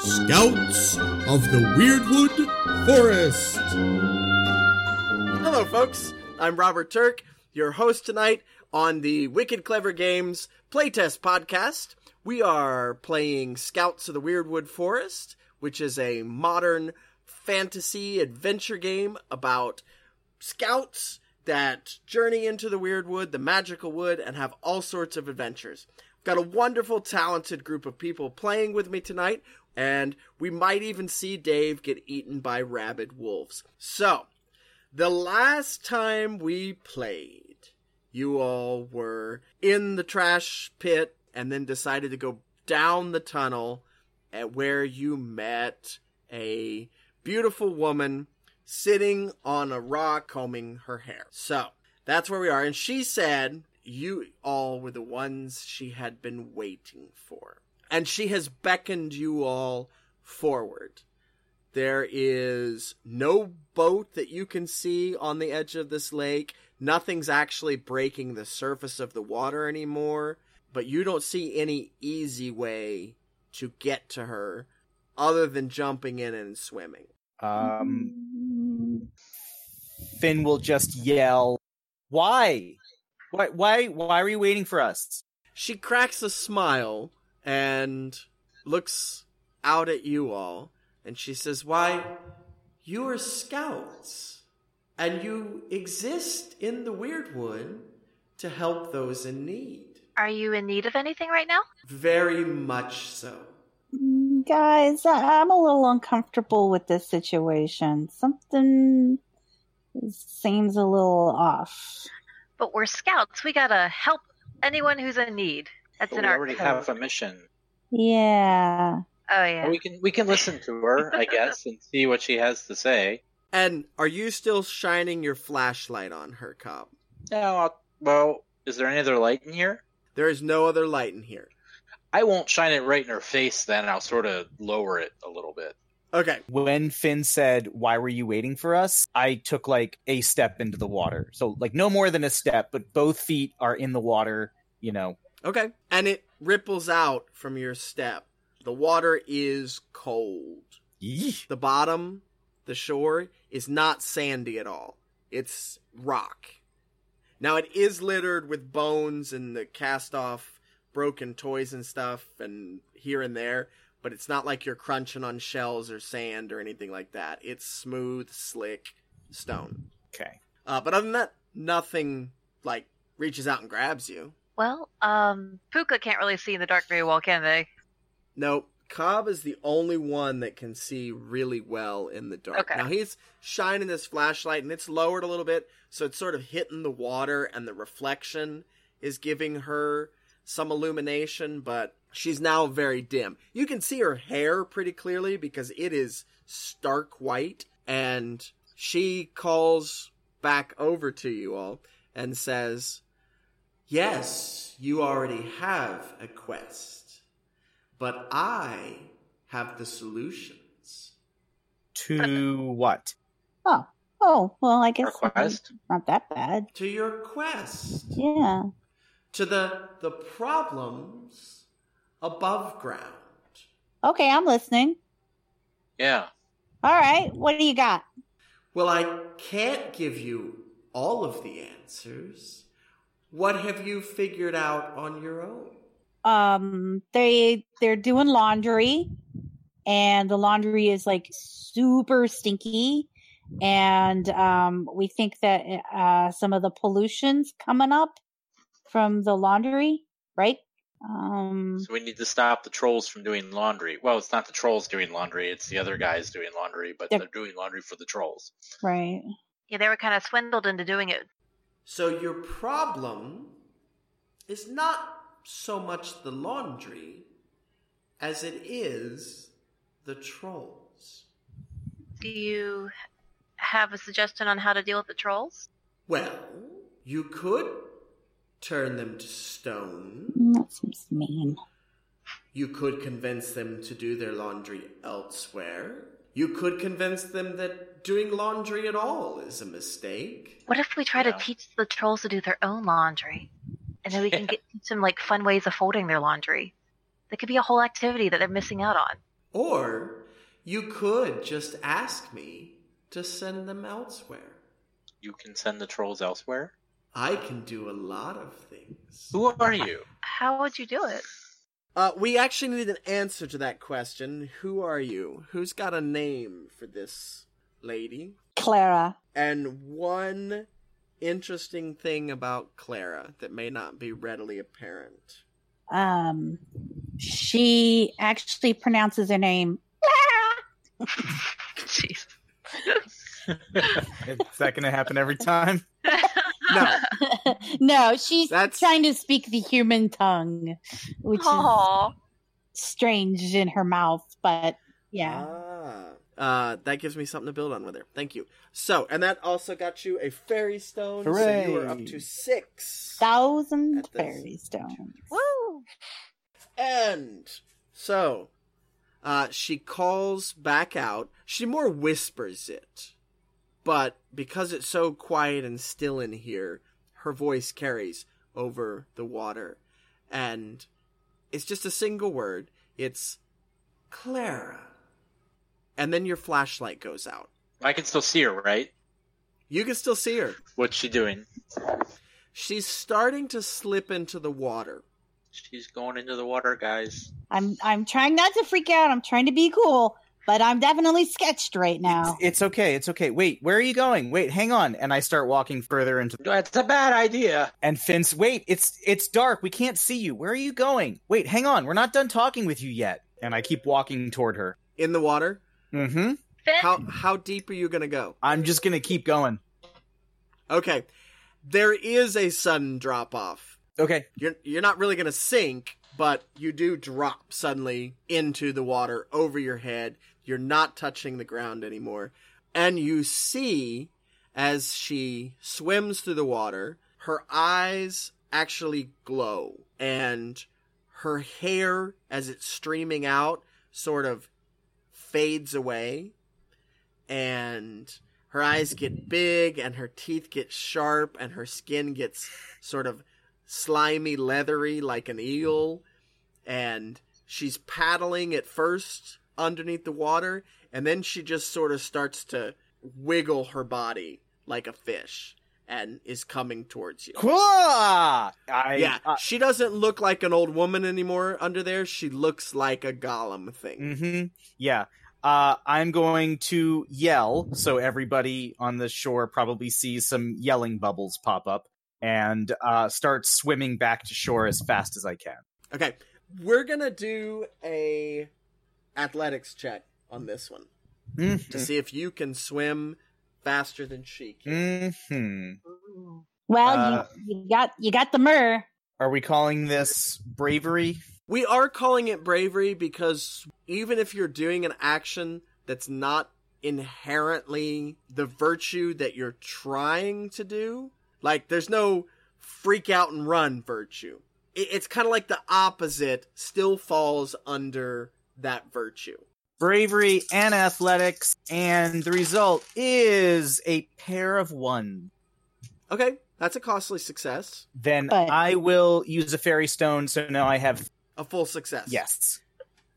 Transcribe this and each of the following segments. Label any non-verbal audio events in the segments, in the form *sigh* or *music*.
Scouts of the Weirdwood Forest. Hello, folks. I'm Robert Turk, your host tonight on the Wicked Clever Games Playtest Podcast. We are playing Scouts of the Weirdwood Forest, which is a modern fantasy adventure game about scouts that journey into the weird wood, the magical wood, and have all sorts of adventures. Got a wonderful, talented group of people playing with me tonight, and we might even see Dave get eaten by rabid wolves. So, the last time we played, you all were in the trash pit and then decided to go down the tunnel at where you met a beautiful woman sitting on a rock combing her hair. So that's where we are. And she said you all were the ones she had been waiting for. And she has beckoned you all forward. There is no boat that you can see on the edge of this lake. Nothing's actually breaking the surface of the water anymore, but you don't see any easy way to get to her other than jumping in and swimming. Um, Finn will just yell, "Why? Why? Why? Why are you waiting for us?" She cracks a smile and looks out at you all, and she says, Why, you are scouts, and you exist in the Weirdwood to help those in need. Are you in need of anything right now? Very much so. Guys, I- I'm a little uncomfortable with this situation. Something seems a little off. But we're scouts. We gotta help anyone who's in need. That's But in we our already code. have a mission. Yeah. oh yeah. We can we can listen to her, I guess, and see what she has to say. And are you still shining your flashlight on her, Cobb? No, I'll, well, is there any other light in here? There is no other light in here. I won't shine it right in her face. Then I'll sort of lower it a little bit. Okay, When Finn said, "Why were you waiting for us?" I took like a step into the water, so like no more than a step, but both feet are in the water. You know, Okay. And it ripples out from your step. The water is cold. Yeesh. The bottom, the shore, is not sandy at all. It's rock. Now, it is littered with bones and the cast off broken toys and stuff, and here and there, but it's not like you're crunching on shells or sand or anything like that. It's smooth, slick stone. okay. Uh, but other than that, nothing like reaches out and grabs you. Well, um, Puka can't really see in the dark very well, can they? No, Cobb is the only one that can see really well in the dark. Okay. Now he's shining this flashlight and it's lowered a little bit, so it's sort of hitting the water and the reflection is giving her some illumination, but she's now very dim. You can see her hair pretty clearly because it is stark white and she calls back over to you all and says, "Yes, you already have a quest." but I have the solutions. To what? Oh. Oh, well, I guess Her quest. not that bad. To your quest. Yeah. To the the problems above ground. Okay, I'm listening. Yeah. All right, what do you got? Well, I can't give you all of the answers. What have you figured out on your own? Um, they they're doing laundry, and the laundry is like super stinky, and um, we think that uh, some of the pollution's coming up from the laundry, right? Um, So we need to stop the trolls from doing laundry. Well, it's not the trolls doing laundry; it's the other guys doing laundry. But They're- they're doing laundry for the trolls. right. Yeah, they were kind of swindled into doing it. So your problem is not so much the laundry as it is the trolls. Do you have a suggestion on how to deal with the trolls? Well, you could turn them to stone. Mm, That seems mean. You could convince them to do their laundry elsewhere. You could convince them that doing laundry at all is a mistake. What if we try Yeah. to teach the trolls to do their own laundry, and then we can Yeah. get teach them like fun ways of folding their laundry? That could be a whole activity that they're missing out on. Or you could just ask me to send them elsewhere. You can send the trolls elsewhere. I can do a lot of things. Who are you? How would you do *laughs* it? *laughs* Uh, we actually need an answer to that question. Who are you? Who's got a name for this lady? Clara. And one interesting thing about Clara that may not be readily apparent. Um, she actually pronounces her name *laughs* Clara. Jeez. *laughs* Is that going to happen every time? No, no, she's That's- trying to speak the human tongue, which is Aw. strange in her mouth. But yeah, Ah. Uh, that gives me something to build on with her. Thank you. So, and that also got you a fairy stone. So you are up Hooray. to six. thousand That does- fairy stones. Woo! And so, uh, she calls back out. She more whispers it, but because it's so quiet and still in here, her voice carries over the water, and it's just a single word. It's Clara. And then your flashlight goes out. I can still see her, right? You can still see her. What's she doing? She's starting to slip into the water. She's going into the water, guys. I'm I'm trying not to freak out. I'm trying to be cool, but I'm definitely sketched right now. It's okay. It's okay. Wait, where are you going? Wait, hang on. And I start walking further into That's a bad idea. and Finn's. Wait, it's it's dark. We can't see you. Where are you going? Wait, hang on. We're not done talking with you yet. And I keep walking toward her. In the water? Mm-hmm. Finn, How how deep are you gonna go? I'm just gonna keep going. Okay. There is a sudden drop off. Okay. You're you're not really gonna sink, but you do drop suddenly into the water over your head. You're not touching the ground anymore. And you see as she swims through the water, her eyes actually glow and her hair as it's streaming out sort of fades away and her eyes get big and her teeth get sharp and her skin gets sort of slimy leathery like an eel and she's paddling at first underneath the water and then she just sort of starts to wiggle her body like a fish and is coming towards you Quah! I, yeah uh, she doesn't look like an old woman anymore under there she looks like a golem thing Mm-hmm. Yeah. Uh, I'm going to yell so everybody on the shore probably sees some yelling bubbles pop up and uh, start swimming back to shore as fast as I can. okay we're gonna do a athletics check on this one Mm. to see if you can swim faster than she can. Mm-hmm. Oh, Well, Uh, you, you got you got the myrrh. Are we calling this bravery? We are calling it bravery because even if you're doing an action that's not inherently the virtue that you're trying to do, like there's no freak out and run virtue. I- It's kind of like the opposite still falls under that virtue. Bravery and athletics, and the result is a pair of ones. Okay, that's a costly success. Then But- I will use a fairy stone, so now I have A full success. yes.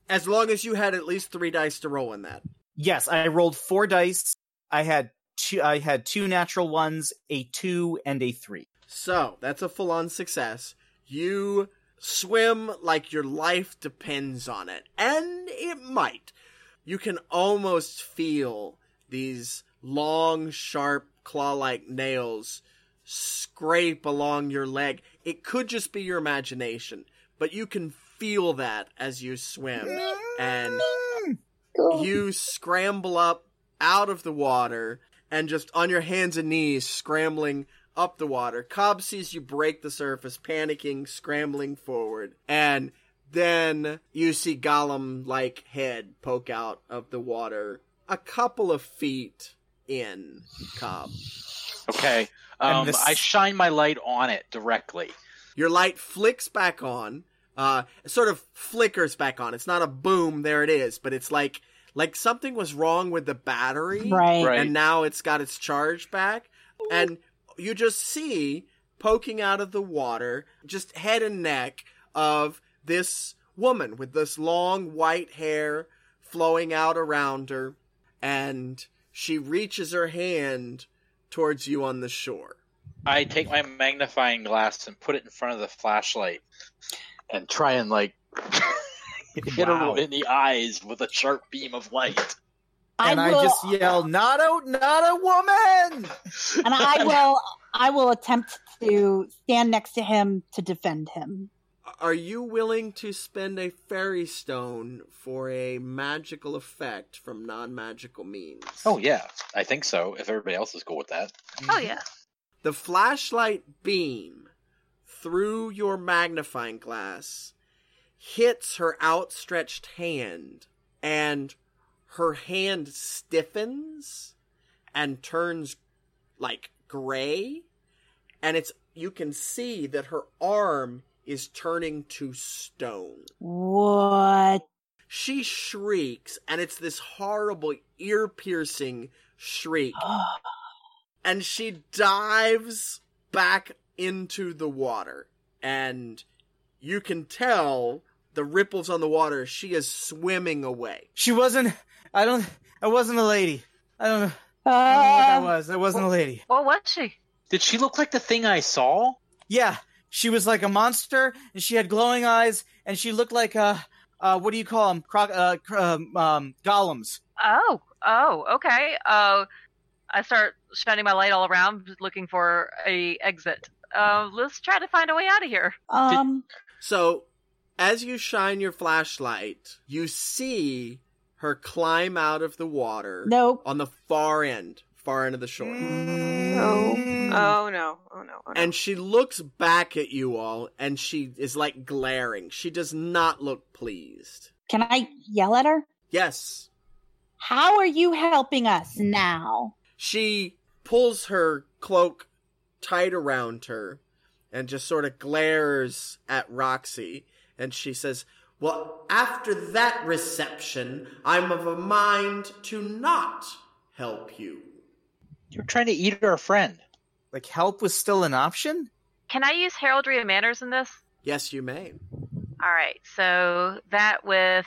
As long as you had at least three dice to roll in that. Yes, I rolled four dice. I had two. I had two natural ones, a two and a three. So that's a full on success. You swim like your life depends on it, and it might. You can almost feel these long, sharp, claw like nails scrape along your leg. It could just be your imagination, but you can feel that as you swim. And *laughs* you scramble up out of the water and just on your hands and knees scrambling up the water. Cobb sees you break the surface, panicking, scrambling forward, and then you see Gollum like head poke out of the water a couple of feet in Cobb. Okay. And Um, this- I shine my light on it directly. Your light flicks back on, uh, sort of flickers back on. It's not a boom, there it is, but it's like like something was wrong with the battery. Right. Right. and now it's got its charge back and you just see poking out of the water just head and neck of this woman with this long white hair flowing out around her, and she reaches her hand towards you on the shore. I take my magnifying glass and put it in front of the flashlight and try and like *laughs* hit Wow. her in the eyes with a sharp beam of light. and I will, just yell, "Not a, not a woman!" *laughs* and I *laughs* will. I will attempt to stand next to him to defend him. Are you willing to spend a fairy stone for a magical effect from non magical means? Oh yeah, I think so. If everybody else is cool with that, Oh Mm-hmm. yeah. The flashlight beam through your magnifying glass hits her outstretched hand, and her hand stiffens and turns like gray. And it's you can see that her arm is turning to stone. *gasps* What? She shrieks, and it's this horrible, ear piercing shriek and she dives back into the water and you can tell the ripples on the water she is swimming away She wasn't. I don't. I wasn't a lady. I don't know, I don't know what that Uh, was. I wasn't a lady. What was she? did she look like the thing I saw? Yeah, she was like a monster, and she had glowing eyes, and she looked like uh, uh what do you call them? Croc, uh, cr- um, um, golems. Oh, oh, okay. Uh, I start shining my light all around, looking for a exit. Uh, let's try to find a way out of here. um. so as you shine your flashlight you see her climb out of the water Nope. on the far end far end of the shore Mm. Mm, Oh no! Oh no! Oh, no. Hmm. and she looks back at you all and she is like glaring she does not look pleased Can I yell at her? yes How are you helping us now? she pulls her cloak tight around her and just sort of glares at Roxy and she says, Well, after that reception, I'm of a mind to not help you. You're trying to eat our friend. Like help was still an option. Can I use heraldry and manners in this? Yes, you may. All right. So that with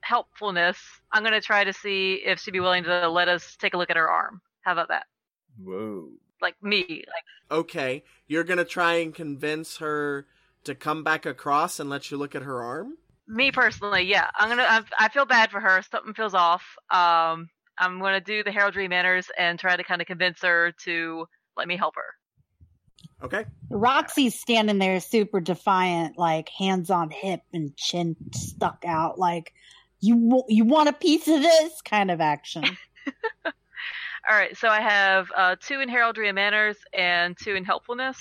helpfulness, I'm going to try to see if she'd be willing to let us take a look at her arm. How about that? Whoa. Like me, like Okay, you're gonna try and convince her to come back across and let you look at her arm? me personally. Yeah, I'm gonna. I, I feel bad for her. Something feels off. Um, I'm gonna do the heraldry manners and try to kind of convince her to let me help her. Okay. Roxy's standing there super defiant, like hands on hip and chin stuck out, like you w- you want a piece of this kind of action. All right, so I have uh, two in heraldry and manners and two in helpfulness.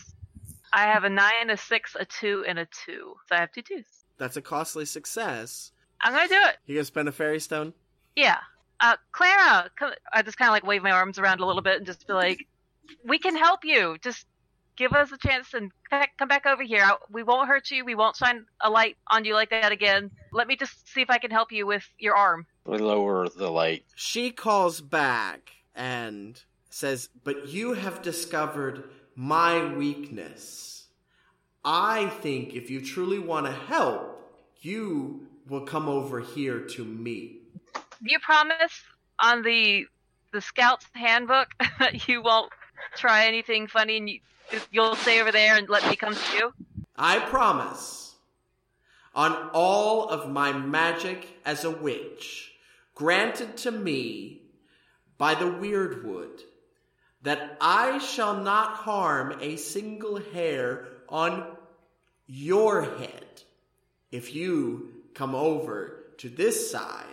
I have a nine, a six, a two, and a two. So I have two twos. That's a costly success. I'm gonna do it. You gonna spend a fairy stone? Yeah. Uh, Clara, come, I just kind of like wave my arms around a little bit and just be like, "We can help you. Just give us a chance and c- come back over here. I, we won't hurt you. We won't shine a light on you like that again. Let me just see if I can help you with your arm." We lower the light. She calls back and says, But you have discovered my weakness. I think if you truly want to help, you will come over here to me. You promise on the the scout's handbook *laughs* that you won't try anything funny and you, you'll stay over there and let me come to you. I promise, on all of my magic as a witch, granted to me by the Weirdwood, that I shall not harm a single hair on your head if you come over to this side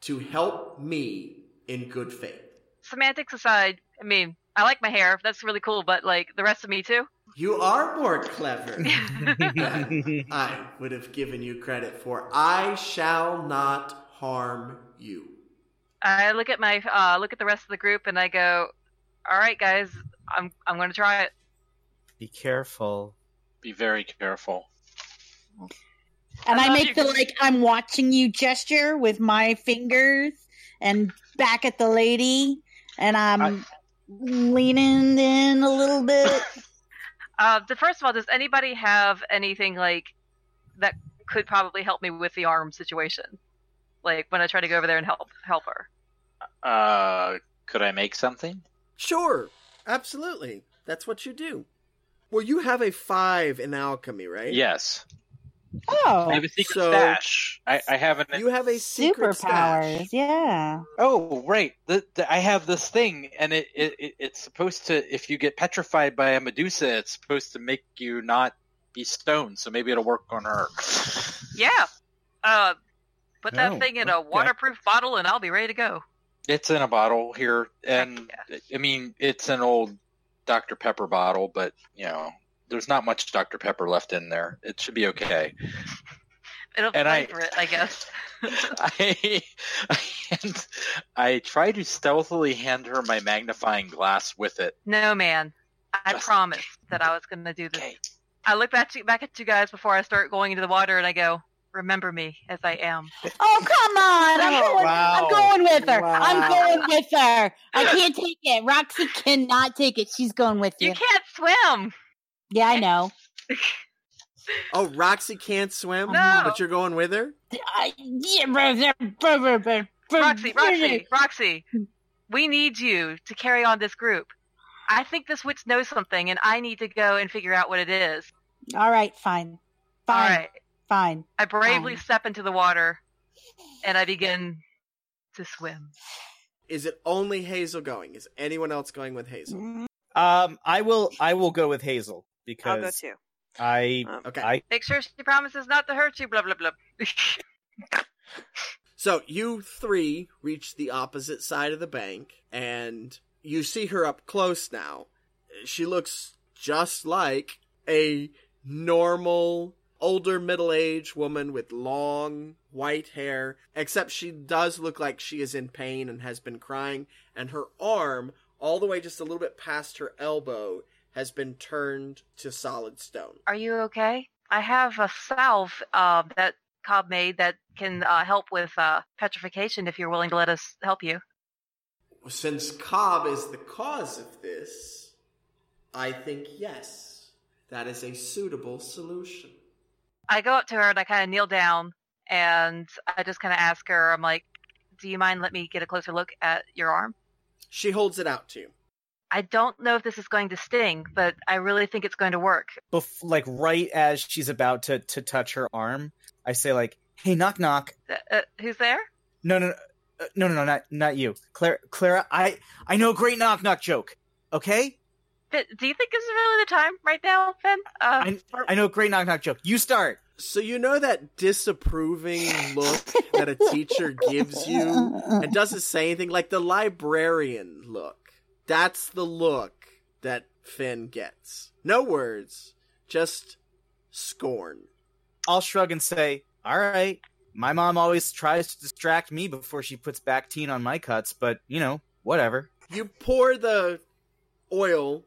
to help me in good faith. Semantics aside, I mean, I like my hair. That's really cool, but like the rest of me too. You are more clever. *laughs* than I would have given you credit for. I shall not harm you. I look at my uh, look at the rest of the group and I go, "All right, guys, I'm I'm going to try it." Be careful. Be very careful. And I I love make you. the like I'm watching you gesture with my fingers and back at the lady, and I'm I- leaning in a little bit. Uh, the first of all, does anybody have anything like that could probably help me with the arm situation? like when I try to go over there and help help her. Uh, could I make something? Sure, absolutely. That's what you do. Well, you have a five in alchemy, right? Yes. I Oh, have a secret So- stash. I, I have an. You have a secret stash. superpowers. Yeah. oh, right. The, the, I have this thing, and it, it, it it's supposed to. If you get petrified by a Medusa, it's supposed to make you not be stoned. So maybe it'll work on her. Yeah. Uh, put that Oh, thing in a okay. waterproof bottle and I'll be ready to go. It's in a bottle here, and Heck I mean it's an old Dr Pepper bottle, but you know there's not much Dr Pepper left in there. It should be okay. It'll And I- pay for it, I guess. *laughs* I, I, hand- I try to stealthily hand her my magnifying glass with it. No, man. I Just- promised that I was going to do this. Okay. I look back, to, back at you guys before I start going into the water and I go, remember me as I am. Oh, come on. I'm going, Wow. I'm going with her. I'm Wow. going with her. I can't take it. Roxy cannot take it. She's going with you. You can't swim. yeah, I know. Oh, Roxy can't swim, No. but you're going with her. I- yeah, br- br- br- br- br- br- Roxy, Roxy, Roxy, we need you to carry on this group. I think this witch knows something and I need to go and figure out what it is. All right, fine. Fine. All right. Fine. I bravely Fine. step into the water and I begin to swim. Is it only Hazel going? Is anyone else going with Hazel? Um, I will. I will go with Hazel I'll go because too. I Um, Okay. I Make sure she promises not to hurt you, blah, blah, *laughs* blah. So you three reach the opposite side of the bank, and you see her up close now. She looks just like a normal, older, middle aged woman with long, white hair, except she does look like she is in pain and has been crying, and her arm, all the way just a little bit past her elbow, has been turned to solid stone. Are you okay? I have a salve uh, that Cobb made that can uh, help with uh, petrification if you're willing to let us help you. Since Cobb is the cause of this, I think yes, that is a suitable solution. I go up to her and I kind of kneel down and I just kind of ask her, I'm like, do you mind let me get a closer look at your arm? She holds it out to you. I don't know if this is going to sting, but I really think it's going to work. bef- like right as she's about to to touch her arm, I say like, "Hey, knock knock." Uh, uh, who's there? No, no, no, uh, no, no, no, not not you, Clara. Clara, I I know a great knock knock joke. Okay, Fin- Do you think this is really the time right now, Finn? Uh, I I know a great knock knock joke. You start. So you know that disapproving look that a teacher gives *laughs* you and doesn't say anything like the librarian look. That's the look that Finn gets. No words, just scorn. I'll shrug and say, "All right." My mom always tries to distract me before she puts Bactine on my cuts, but you know, whatever. You pour the oil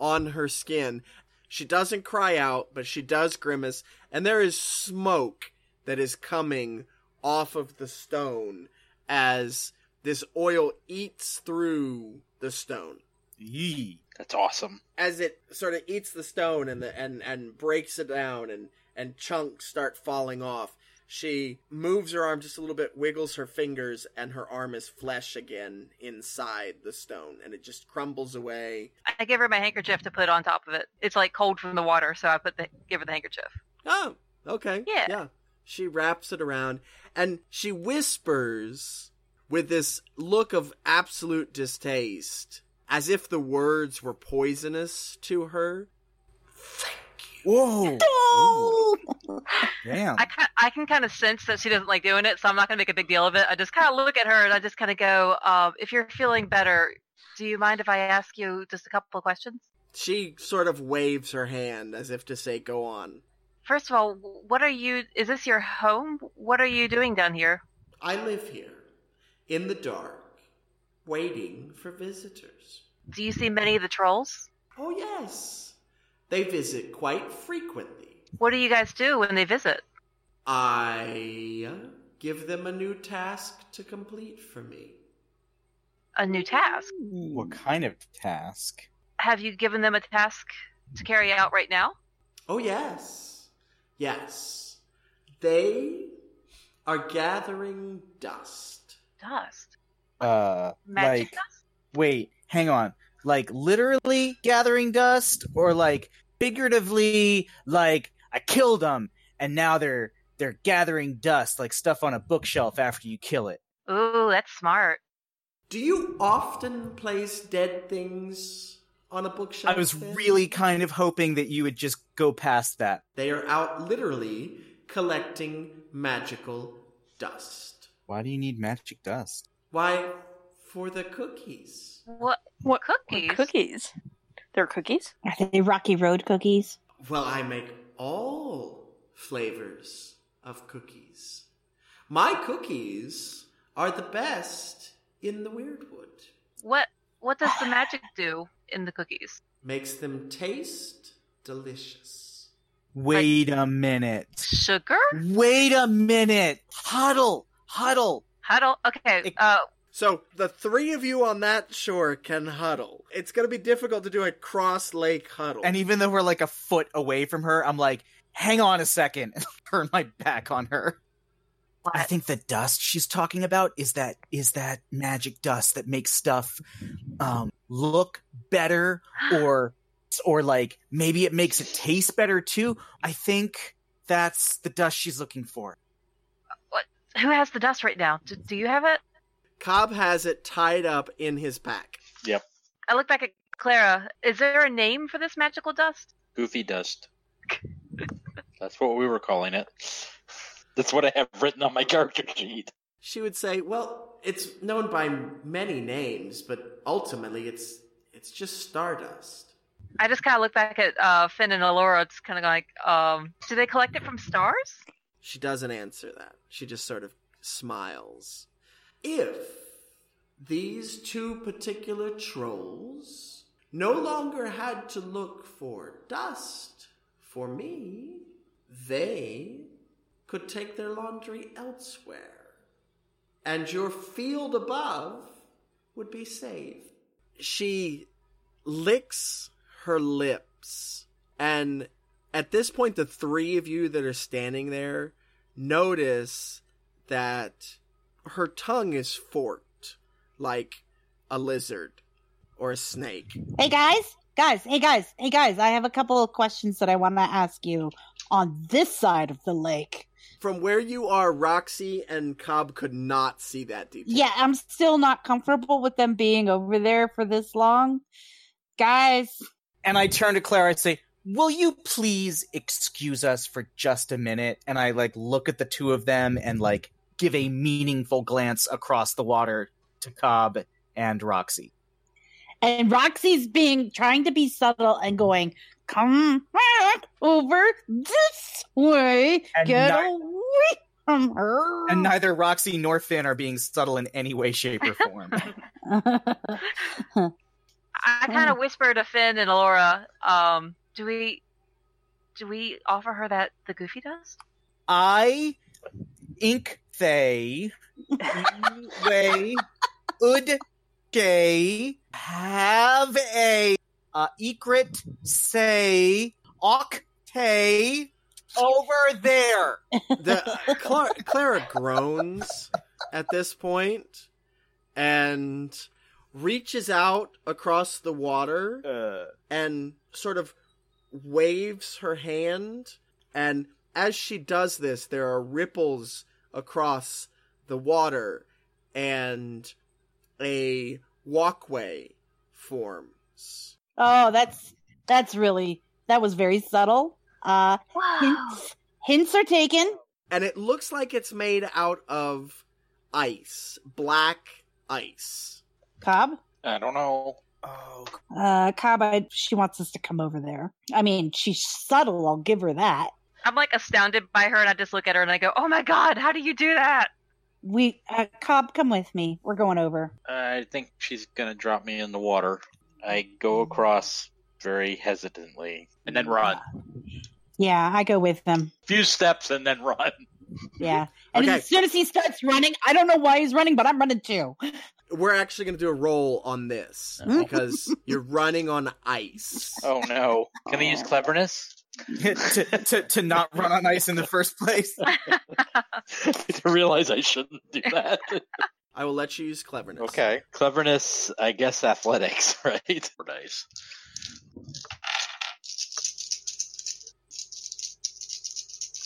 on her skin. She doesn't cry out, but she does grimace, and there is smoke that is coming off of the stone as this oil eats through the stone. Yee. That's awesome. As it sort of eats the stone and the, and and breaks it down and and chunks start falling off, she moves her arm just a little bit, wiggles her fingers, and her arm is flesh again inside the stone, and it just crumbles away. I give her my handkerchief to put on top of it. It's like cold from the water, so I put the give her the handkerchief. Oh, okay. Yeah. Yeah. She wraps it around and she whispers with this look of absolute distaste, as if the words were poisonous to her. Whoa! Oh, Damn. I can, I can kind of sense that she doesn't like doing it, so I'm not going to make a big deal of it. I just kind of look at her and I just kind of go, uh, "If you're feeling better, do you mind if I ask you just a couple of questions? She sort of waves her hand as if to say, Go on. First of all, what are you? Is this your home? What are you doing down here? I live here, in the dark, waiting for visitors. Do you see many of the trolls? Oh, yes. They visit quite frequently. What do you guys do when they visit? I uh, give them a new task to complete for me. A new task? what kind of task? Have you given them a task to carry out right now?" Oh, yes. Yes. They are gathering dust. Dust. Uh, Magic like, dust? wait, hang on. Like literally gathering dust, or like figuratively, like I killed them, and now they're they're gathering dust, like stuff on a bookshelf after you kill it. Ooh, that's smart. Do you often place dead things on a bookshelf? I was Finn? really kind of hoping that you would just go past that. They are out literally collecting magical dust. Why do you need magic dust? Why? For the cookies. What? What Cookies? Cookies. There are cookies. Are they Rocky Road cookies? Well, I make all flavors of cookies. My cookies are the best in the Weirdwood. What? What does the magic do in the cookies? Makes them taste delicious. Wait a minute. Sugar? Wait a minute. Huddle. Huddle. Huddle. Okay. It- Uh, So the three of you on that shore can huddle. It's going to be difficult to do a cross lake huddle. And even though we're like a foot away from her, I'm like, hang on a second. *laughs* And turn my back on her. I what? think the dust she's talking about is that is that magic dust that makes stuff um, look better or or like maybe it makes it taste better too. I think that's the dust she's looking for. Who has the dust right now? Do, do you have it? Cobb has it tied up in his pack. I look back at Clara. Is there a name for this magical dust? Goofy dust. That's what we were calling it. That's what I have written on my character sheet. She would say, "Well, it's known by many names, but ultimately, it's it's just stardust." I just kind of look back at uh, Finn and Alora. It's kind of like, um, do they collect it from stars? She doesn't answer that. She just sort of smiles. If these two particular trolls no longer had to look for dust for me, they could take their laundry elsewhere. And your field above would be saved. She licks her lips and at this point, the three of you that are standing there notice that her tongue is forked like a lizard or a snake. Hey guys, guys, hey guys, hey guys. I have a couple of questions that I want to ask you on this side of the lake. From where you are, Roxy and Cobb could not see that detail. Yeah, I'm still not comfortable with them being over there for this long. Guys, And I turn to Clara and say, "Will you please excuse us for just a minute?" And I like look at the two of them and like give a meaningful glance across the water to Cobb and Roxy. and Roxy's being trying to be subtle and going, "Come back over this way, And get not- away from her." And neither Roxy nor Finn are being subtle in any way, shape, or form. I kind of whisper to Finn and Alora. Um, do we, do we offer her that the goofy dust? I ink they way ud gay have a uh, egret say octay over there. The, Clara, Clara groans at this point and reaches out across the Uh, water. and sort of waves her hand and as she does this there are ripples across the water and a walkway forms *laughs* oh, that's that's really that was very subtle. Uh, Wow. hints hints are taken. and it looks like it's made out of ice black ice Cobb, I don't know. oh, uh, Cobb, I, she wants us to come over there. I mean, she's subtle. I'll give her that. I'm like astounded by her, and I just look at her and I go, "Oh my god, how do you do that?" *laughs* We uh, Cobb, come with me. We're going over. I think she's gonna drop me in the water. I go across very hesitantly and then run. Yeah, I go with them. Few steps and then run. Yeah. *laughs* And Okay. as soon as he starts running, I don't know why he's running, but I'm running too. we're actually going to do a roll on this because you're running on ice Oh no! Can I use cleverness? *laughs* to, to, to not run on ice in the first place. *laughs* to realize I shouldn't do that. I will let you use cleverness. okay. Cleverness, I guess athletics, *laughs* right? Nice.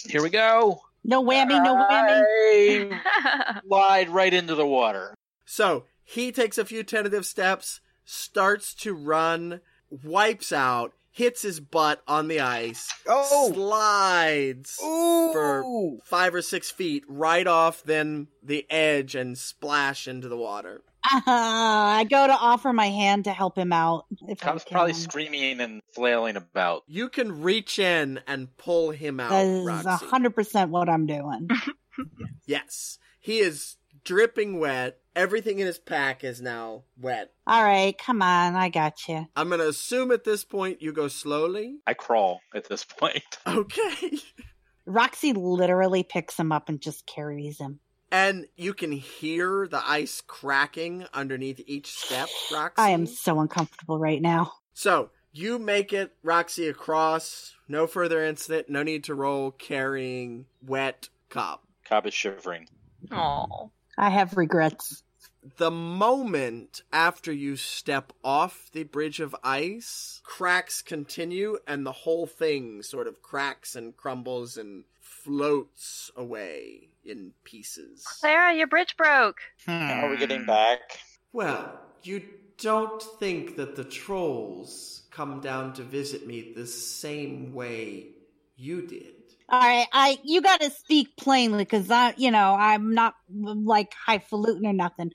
Here we go. No whammy, no whammy. I Slide right into the water. So he takes a few tentative steps, starts to run, wipes out, hits his butt on the ice, Oh, slides ooh. five or six feet right off then the edge and splash into the water. Ah, *laughs* I go to offer my hand to help him out. If Cops I can. probably screaming and flailing about. You can reach in and pull him out, That is Roxy. hundred percent what *laughs* I'm doing. Yes. He is dripping wet. Everything in his pack is now wet. All right, come on, I got you. I'm going to assume at this point you go slowly. *laughs* I crawl at this *laughs* point. Okay. Roxy literally picks him up and just carries him. And you can hear the ice cracking underneath each *sighs* step, Roxy. I am so uncomfortable right now. So you make it, Roxy, across. No further incident. No need to roll carrying wet cop. Cobb is shivering. Aw. I have regrets. The moment after you step off the bridge of ice, cracks continue, and the whole thing sort of cracks and crumbles and floats away in pieces. Clara, your bridge broke. How are we Hmm. getting back? Well, you don't think that the trolls come down to visit me the same way you did. All right, I you got to speak plainly because I, you know, I'm not like highfalutin or nothing.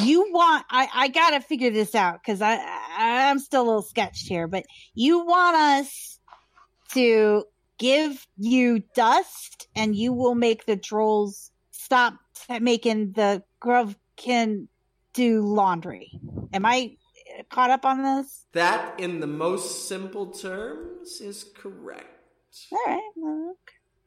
You want I I got to figure this out because I, I I'm still a little sketched here, but you want us to give you dust and you will make the trolls stop t- making the Grovkin do laundry. Am I caught up on this? That, in the most simple terms, is correct. All right. well,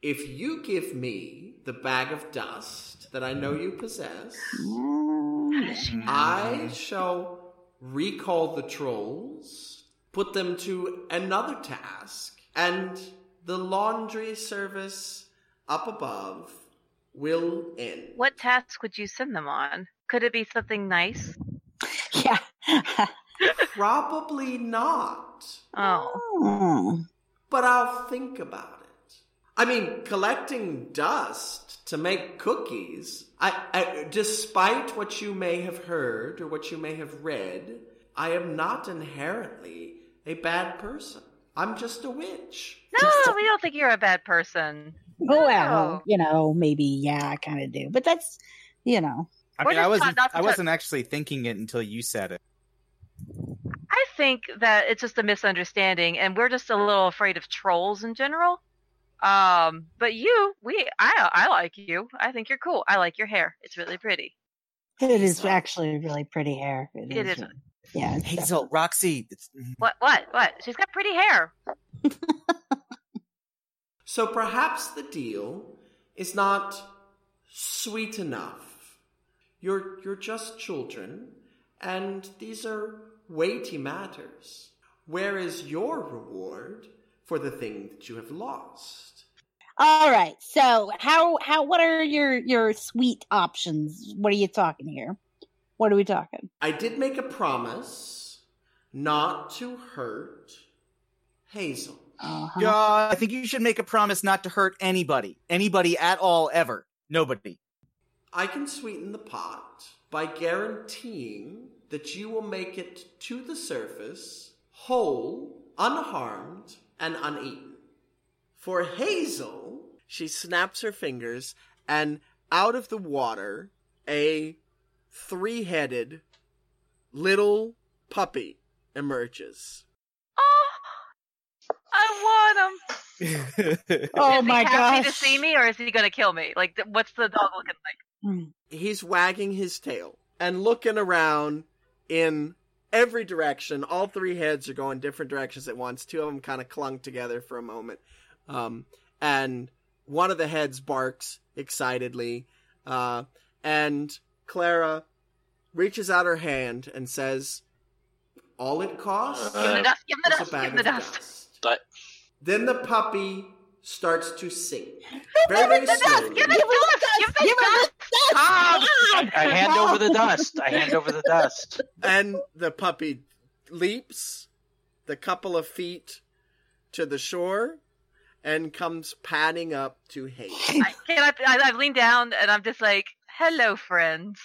If you give me the bag of dust that I know you possess, yeah. I shall recall the trolls, put them to another task, and the laundry service up above will end. What task would you send them on? Could it be something nice? Yeah. Probably not, Oh. *laughs* Hmm. but I'll think about it. I mean, collecting dust to make cookies, I, I despite what you may have heard or what you may have read, I am not inherently a bad person. I'm just a witch. No, we don't think you're a bad person. Oh, Wow. Well, you know, maybe yeah, I kind of do, but that's you know, I We're mean, I just wasn't. taught not to I touch- wasn't actually thinking it until you said it. I think that it's just a misunderstanding, and we're just a little afraid of trolls in general. Um, but you, we, I, I like you. I think you're cool. I like your hair. It's really pretty. it is actually really pretty hair. It is. really- *laughs* yeah. it's Hazel, Roxy. It's, mm-hmm. What? What? What? She's got pretty hair. So perhaps the deal is not sweet enough. You're, you're just children, and these are weighty matters. Where is your reward for the thing that you have lost? All right. So how how what are your your sweet options? What are you talking here? What are we talking? I did make a promise not to hurt Hazel. Uh-huh. God, I think you should make a promise not to hurt anybody, anybody at all, ever, *laughs* nobody. I can sweeten the pot by guaranteeing that you will make it to the surface whole, unharmed, and uneaten. For Hazel, she snaps her fingers, and out of the water, a three headed little puppy emerges. Oh, I want him. Um, Oh is my he happy to gosh. see me, or is he gonna kill me? Like, th- what's the dog looking like? he's wagging his tail and looking around in every direction. All three heads are going different directions at once. Two of them kind of clung together for a moment. Um, and one of the heads barks excitedly. Uh, and Clara reaches out her hand and says, All it costs Give him the Uh, dust. Give him the is a dust. Give bag him the of dust. dust. But Then the puppy starts to sing. Very, very slowly. Give it to us! Give it to us! Ah, I hand over the *laughs* dust. I hand over the dust. And the puppy leaps the couple of feet to the shore and comes padding up to Hayden. I, can I, I, I lean down and I'm just like, "Hello, friend,"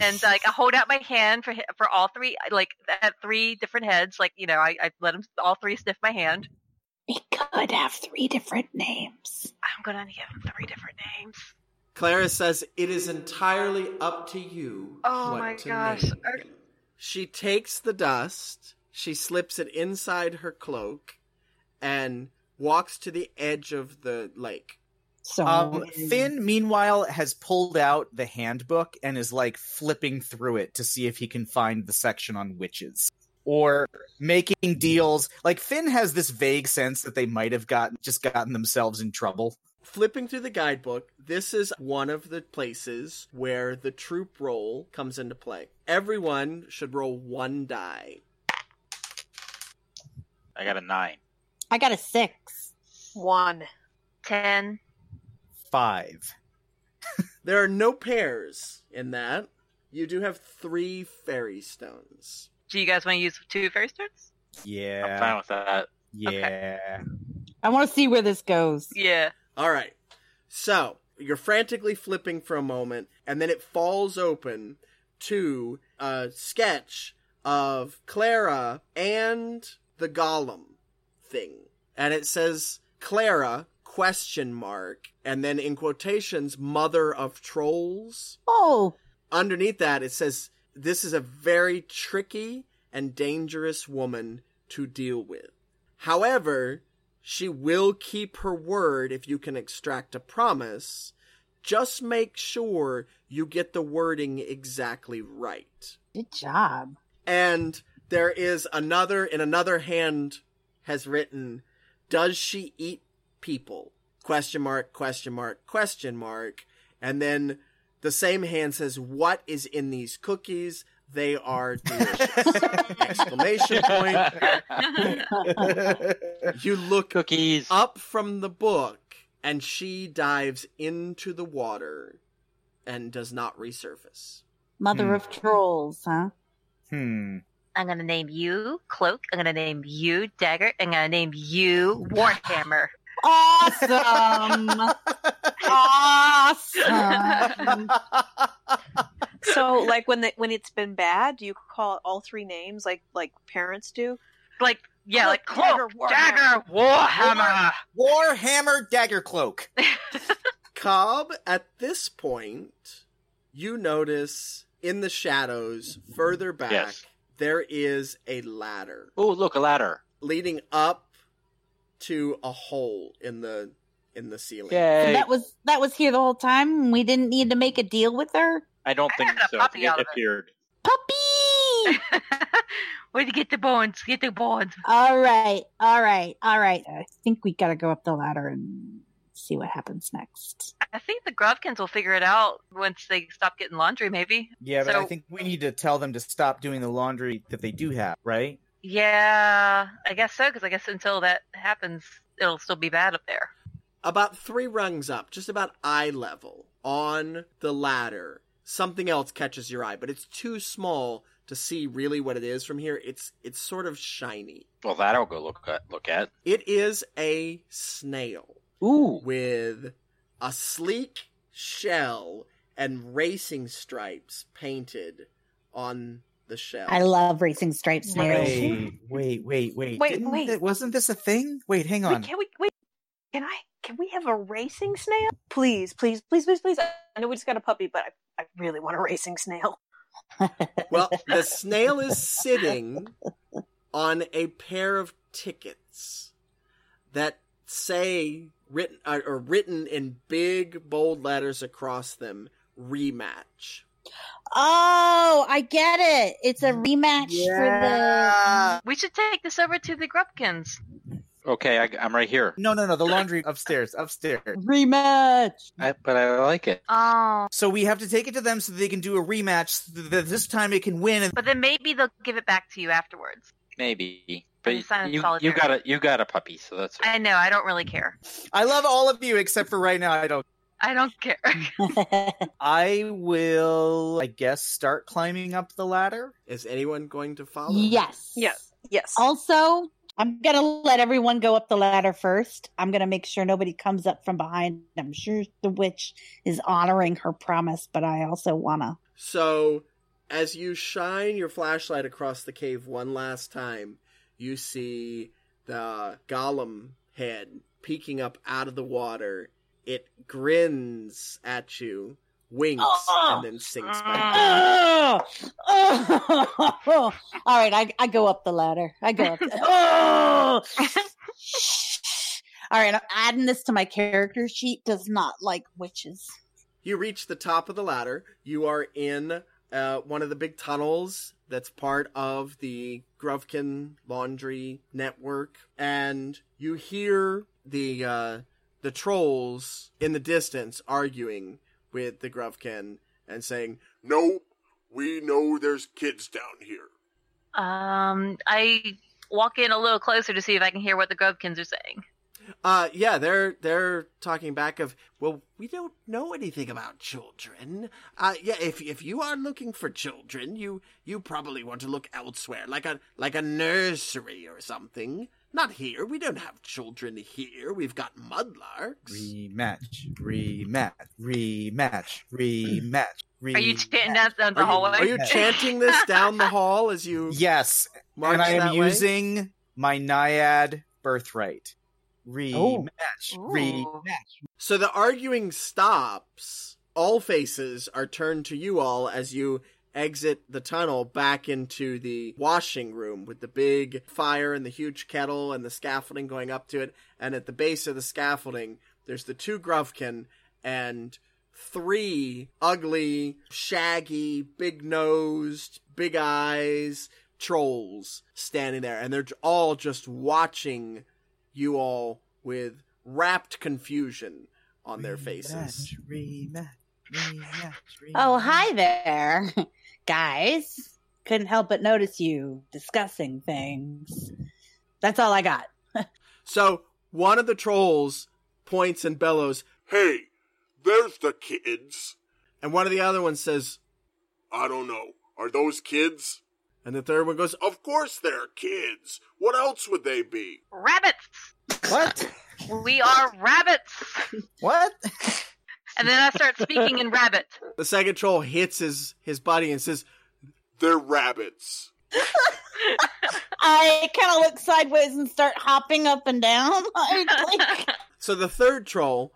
and like I hold out my hand for hi- for all three, like at three different heads. Like you know, I, I let them all three sniff my hand. It could have three different names. I'm gonna give them three different names. Clara says, It is entirely up to you. Oh what my to gosh. name Okay. them." She takes the dust, she slips it inside her cloak, and walks to the edge of the lake. So Um, Finn, meanwhile, has pulled out the handbook and is like flipping through it to see if he can find the section on witches or making deals. Like Finn has this vague sense that they might have gotten just gotten themselves in trouble. Flipping through the guidebook, this is one of the places where the troop roll comes into play. Everyone should roll one die. I got a nine. I got a six. One. Ten. Five. There are no pairs in that. You do have three fairy stones. Do you guys want to use two fairy stones? *laughs* I'm Yeah. fine with that. Yeah. I want to see where this goes. Yeah. *laughs* All right. So you're frantically flipping for a moment, and then it falls open to a sketch of Clara and the golem thing. And it says Clara question mark and then in quotations mother of trolls Oh, underneath that it says this is a very tricky and dangerous woman to deal with however she will keep her word if you can extract a promise just make sure you get the wording exactly right good job. and there is another in another hand has written does she eat people question mark question mark question mark and then the same hand says what is in these cookies they are *laughs* delicious exclamation point *laughs* *laughs* you look *laughs* Cookies. up from the book and she dives into the water and does not resurface Mother Hmm. of trolls, huh? hmm. I'm gonna name you Cloak. I'm gonna name you Dagger. I'm gonna name you Warhammer. *laughs* Awesome. *laughs* awesome. So, like when the, when it's been bad, do you call it all three names like like parents do? Like yeah, I'm like a dagger Cloak, warhammer. Dagger, Warhammer. *laughs* Warhammer dagger cloak. Cobb, at this point, you notice in the shadows further back Yes. there is a ladder Oh, look, a ladder. leading up to a hole in the in the ceiling. So Yay. that was that was here the whole time. and We didn't need to make a deal with her. I don't I think got a so. I puppy think out it of it. appeared. *laughs* Puppy. Where'd you get the bones? Get the bones. all right. All right. All right. I think we got to go up the ladder and see what happens next. I think the Grovkins will figure it out once they stop getting laundry. Maybe. Yeah, but I So- think we need to tell them to stop doing the laundry that they do have, right? Yeah, I guess so. Because I guess until that happens, it'll still be bad up there. About three rungs up, just about eye level, on the ladder, something else catches your eye, but it's too small to see really what it is from here. It's it's sort of shiny. Well, that I'll go look at. Look at. It is a snail. Ooh. with a sleek shell and racing stripes painted on the shell. I love racing stripes snails. Wait, wait, wait, wait. Wait, Didn't wait. it- wasn't this a thing? Wait, hang Wait, on. can we wait? Can I? Can we have a racing snail? Please, please, please, please, please. I know we just got a puppy, but I, I really want a racing snail. *laughs* well, the snail is sitting on a pair of tickets that say written uh, or written in big bold letters across them rematch. Oh, I get it. It's a rematch for We should take this over to the Grubkins. Okay, I, am right here. No, no, no. The laundry upstairs, upstairs. the rematch. I, but I like it. Oh, So we have to take it to them so they can do a rematch. So that this time it can win. And but then maybe they'll give it back to you afterwards. Maybe. But And sign in you, you solitary. got a you got a puppy, so that's it. I know. I don't really care. I love all of you except for right now. I don't. I don't care. *laughs* I will, I guess, start climbing up the ladder. Is anyone going to follow? *laughs* yes. Yeah. Yes. Also, I'm gonna let everyone go up the ladder first. I'm gonna make sure nobody comes up from behind. I'm sure the witch is honoring her promise, but I also wanna. So, as you shine your flashlight across the cave one last time, you see the golem head peeking up out of the water. It grins at you, winks, and then sinks back down. Oh, All right, I, I go up the ladder. I go up. Oh! All right, I'm adding this to my character sheet. Does not like witches. You reach the top of the ladder. You are in uh, one of the big tunnels that's part of the Grovkin Laundry Network, and you hear the uh, the trolls in the distance arguing with the Grovkin and saying, No, we know there's kids down here. Um, I walk in a little closer to see if I can hear what the Grovkins are saying. Uh, yeah, they're they're talking back of well, we don't know anything about children. Uh, yeah, if if you are looking for children, you you probably want to look elsewhere, like a like a nursery or something. Not here. We don't have children here. We've got mudlarks. Rematch, rematch, rematch, rematch. rematch. Are you chanting down, down the are, you, hallway? are you chanting *laughs* this down the hall as you Yes, march and I that am way? using my Naiad birthright. Rematch, Ooh. rematch. So the arguing stops. All faces are turned to you all as you exit the tunnel back into the washing room with the big fire and the huge kettle and the scaffolding going up to it. And at the base of the scaffolding, there's the two Grovkin and three ugly, shaggy, big nosed, big eyes trolls standing there. And they're all just watching you all with rapt confusion on their faces. Rematch, rematch, rematch, rematch. Oh, hi there, *laughs* guys. Couldn't help but notice you discussing things. That's all I got. So one of the trolls points and bellows, Hey, there's the kids. and one of the other ones says, I don't know. Are those kids? and the third one goes, oh, Of course they're kids. What else would they be? Rabbits. What? We are rabbits. What? And then I start speaking in rabbit. the second troll hits his his buddy and says, They're rabbits. I kind of look sideways and start hopping up and down. *laughs* Like, like, so the third troll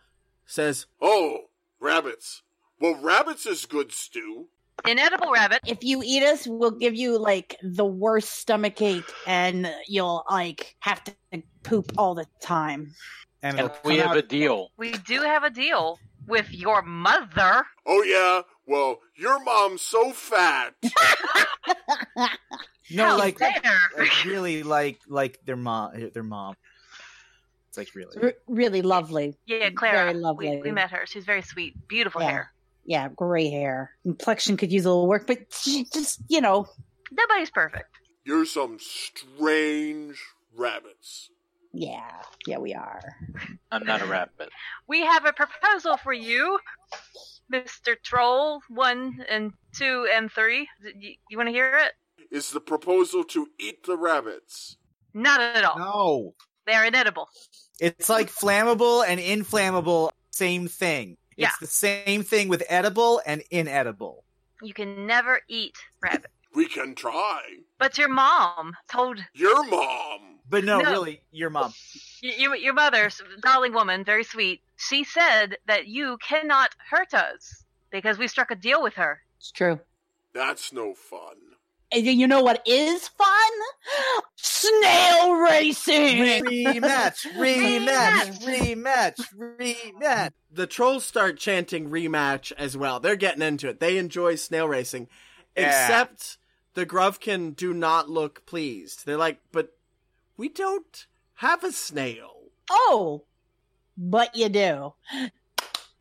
says, Oh, rabbits. Well, rabbits is good stew. Inedible rabbit. if you eat us, we'll give you like the worst stomach ache, and you'll like have to poop all the time. And And it'll we come have out- a deal. We do have a deal with your mother. Oh, yeah. Well, your mom's so fat. no, How like, like uh, dare. really, like like their mom, their mom. It's like really. R- really lovely. *laughs* Yeah, Clara. Very lovely. We, we met her. She's very sweet. Beautiful Yeah. hair. Yeah, gray hair. Complexion could use a little work, but she just you know, Nobody's perfect. You're some strange rabbits. yeah, yeah, we are. I'm not a rabbit. We have a proposal for you, Mr. Troll 1 and 2 and 3. D- You, you want to hear it? Is the proposal to eat the rabbits? Not at all. No, They're inedible. it's like flammable and inflammable, same thing. It's Yeah. the same thing with edible and inedible. You can never eat rabbit. We can try. But your mom told Your mom. But no, No. really, your mom. Y- your, your mother, s- darling woman, very sweet, she said that you cannot hurt us because we struck a deal with her. It's true. That's no fun. And you- you know what is fun? Snail racing. Rematch, rematch, rematch, rematch. the trolls start chanting rematch as well. They're getting into it. They enjoy snail racing, Yeah. except the Grovkin do not look pleased. They're like, but we don't have a snail. Oh, but you do.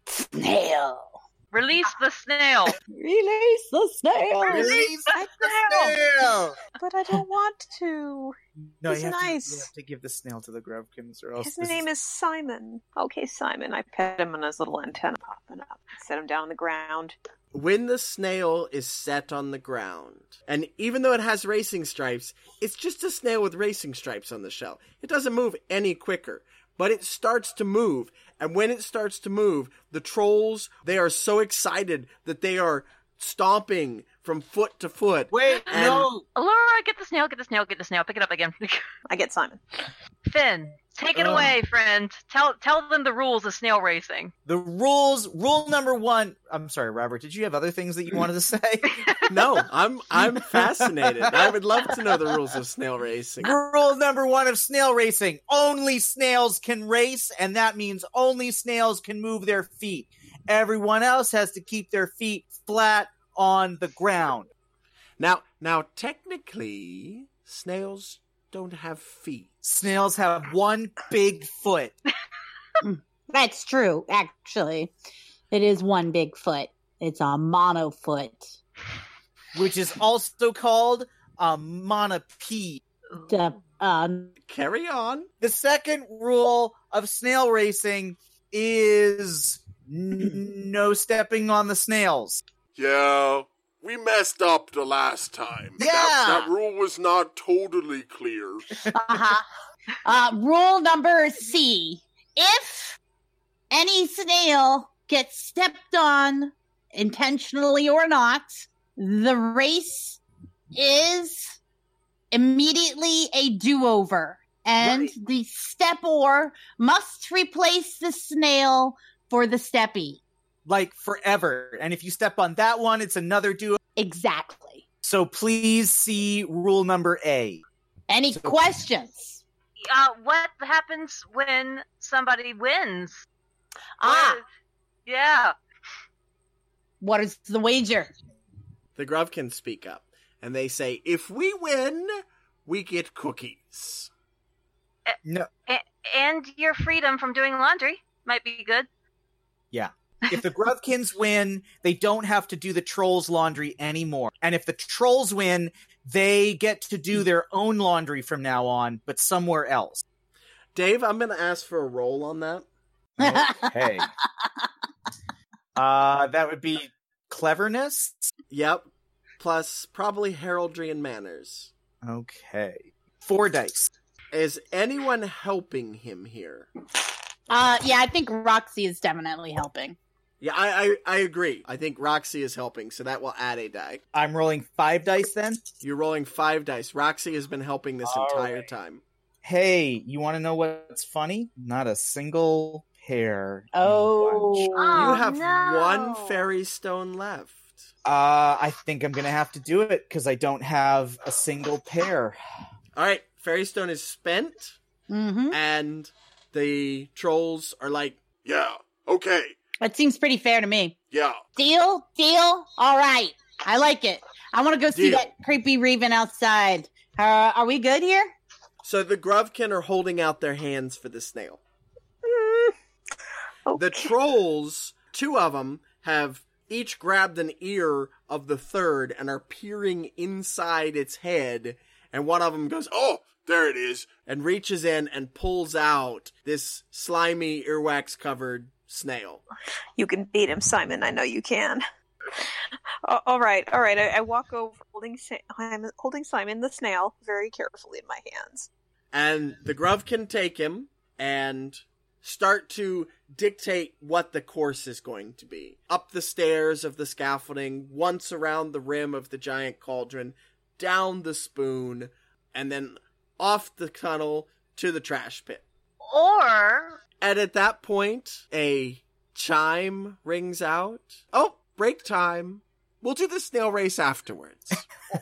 Snail. Release *laughs* the snail. Release the snail. Release the *laughs* snail! But I don't want to. No, He's you have, to, you nice. have to give the snail to the Grovekins or else. His Oh, this name is Simon. Okay, Simon. I pet him on his little antenna popping up. Set him down on the ground. When the snail is set on the ground, and even though it has racing stripes, it's just a snail with racing stripes on the shell. It doesn't move any quicker, but it starts to move. And when it starts to move, the trolls, they are so excited that they are stomping from foot to foot. Wait, And- no! Laura, get the snail, get the snail, get the snail. Pick it up again. *laughs* I get Simon. Finn, take it Ugh. away, friend. Tell tell them the rules of snail racing. The rules. Rule number one. I'm sorry, Robert. Did you have other things that you wanted to say? No, I'm I'm fascinated. I would love to know the rules of snail racing. Rule number one of snail racing only snails can race, and that means only snails can move their feet. Everyone else has to keep their feet flat on the ground. Now, now technically, snails don't have feet. Snails have one big foot. That's true, actually. It is one big foot. It's a mono foot. which is also called a monopede. The, um, Carry on. The second rule of snail racing is n- no stepping on the snails. Yeah, we messed up the last time. That, Yeah. that rule was not totally clear. uh-huh. uh, rule number C. If any snail gets stepped on, intentionally or not, the race is immediately a do over. And Right. the stepper must replace the snail for the steppy. Like forever. And if you step on that one, it's another duo. Exactly. So please see rule number A. Any questions? Uh, what happens when somebody wins? Ah, What- yeah. what is the wager? The Grovkins speak up and they say, if we win, we get cookies. And your freedom from doing laundry might be good. If the Grovkins win, they don't have to do the trolls' laundry anymore. And if the trolls win, they get to do their own laundry from now on, but somewhere else. Dave, I'm going to ask for a roll on that. Okay. uh, that would be cleverness. Yep. Plus, probably heraldry and manners. Okay. Four dice. Is anyone helping him here? Uh, yeah, I think Roxy is definitely helping. Yeah, I, I, I agree. I think Roxy is helping, so that will add a die. I'm rolling five dice then. You're rolling five dice. Roxy has been helping this All entire right. time. Hey, you want to know what's funny? Not a single pair. in the bunch. Oh, Oh, you have no. one fairy stone left. Uh, I think I'm going to have to do it because I don't have a single pair. All right, fairy stone is spent, mm-hmm. and the trolls are like, Yeah, okay, that seems pretty fair to me. yeah. Deal, deal. All right, I like it. I want to go see Deal. that creepy raven outside. Uh, are we good here? So the Grovkin are holding out their hands for the snail. Mm. The Okay. trolls, two of them, have each grabbed an ear of the third and are peering inside its head. And one of them goes, oh, Oh, there it is. and reaches in and pulls out this slimy, earwax covered snail. You can beat him, Simon. I know you can. A- all right, all right. I, I walk over, holding Sa- I'm holding Simon the snail very carefully in my hands. And the Grovkin take him and start to dictate what the course is going to be. Up the stairs of the scaffolding, once around the rim of the giant cauldron, down the spoon, and then off the tunnel to the trash pit. Or And at that point, a chime rings out. Oh, break time. We'll do the snail race afterwards.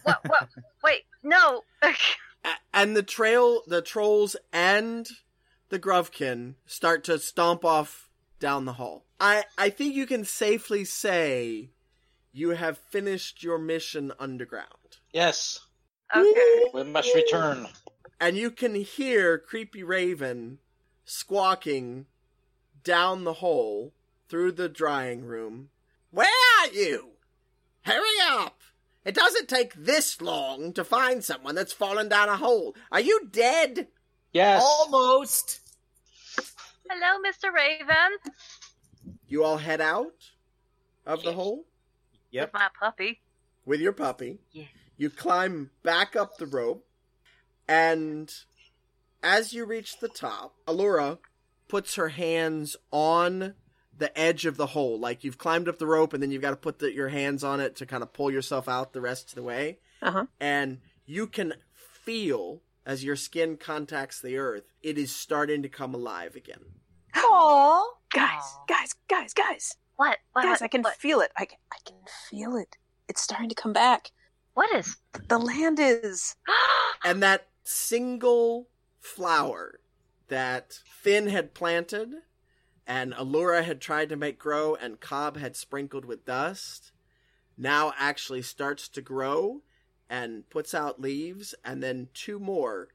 what? *laughs* What? wait, no. *laughs* A- and the trail, the trolls and the Grovkin start to stomp off down the hall. I, I think you can safely say you have finished your mission underground. Yes, okay. we must return. And you can hear Creepy Raven squawking down the hole through the drying room Where are you? Hurry up! It doesn't take this long to find someone that's fallen down a hole. Are you dead? Yes. Almost. Hello, Mr. Raven. You all head out of the hole Yep. With my puppy. with your puppy. Yeah. You climb back up the rope, and as you reach the top, Allura puts her hands on the edge of the hole. Like you've climbed up the rope, and then you've got to put the, your hands on it to kind of pull yourself out the rest of the way. Uh-huh. And you can feel as your skin contacts the earth, it is starting to come alive again. Aww. Guys, Aw. guys, guys, guys. What? What? Guys, what, I can What, feel it. I can, I can feel it. It's starting to come back. what is? *gasps* The land is. and that single flower that Finn had planted and Allura had tried to make grow and Cobb had sprinkled with dust now actually starts to grow and puts out leaves and then two more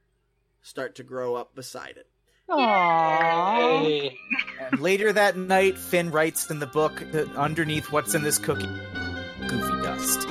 start to grow up beside it. Aww. Hey. And later that night, Finn writes in the book that underneath what's in this cookie, goofy dust.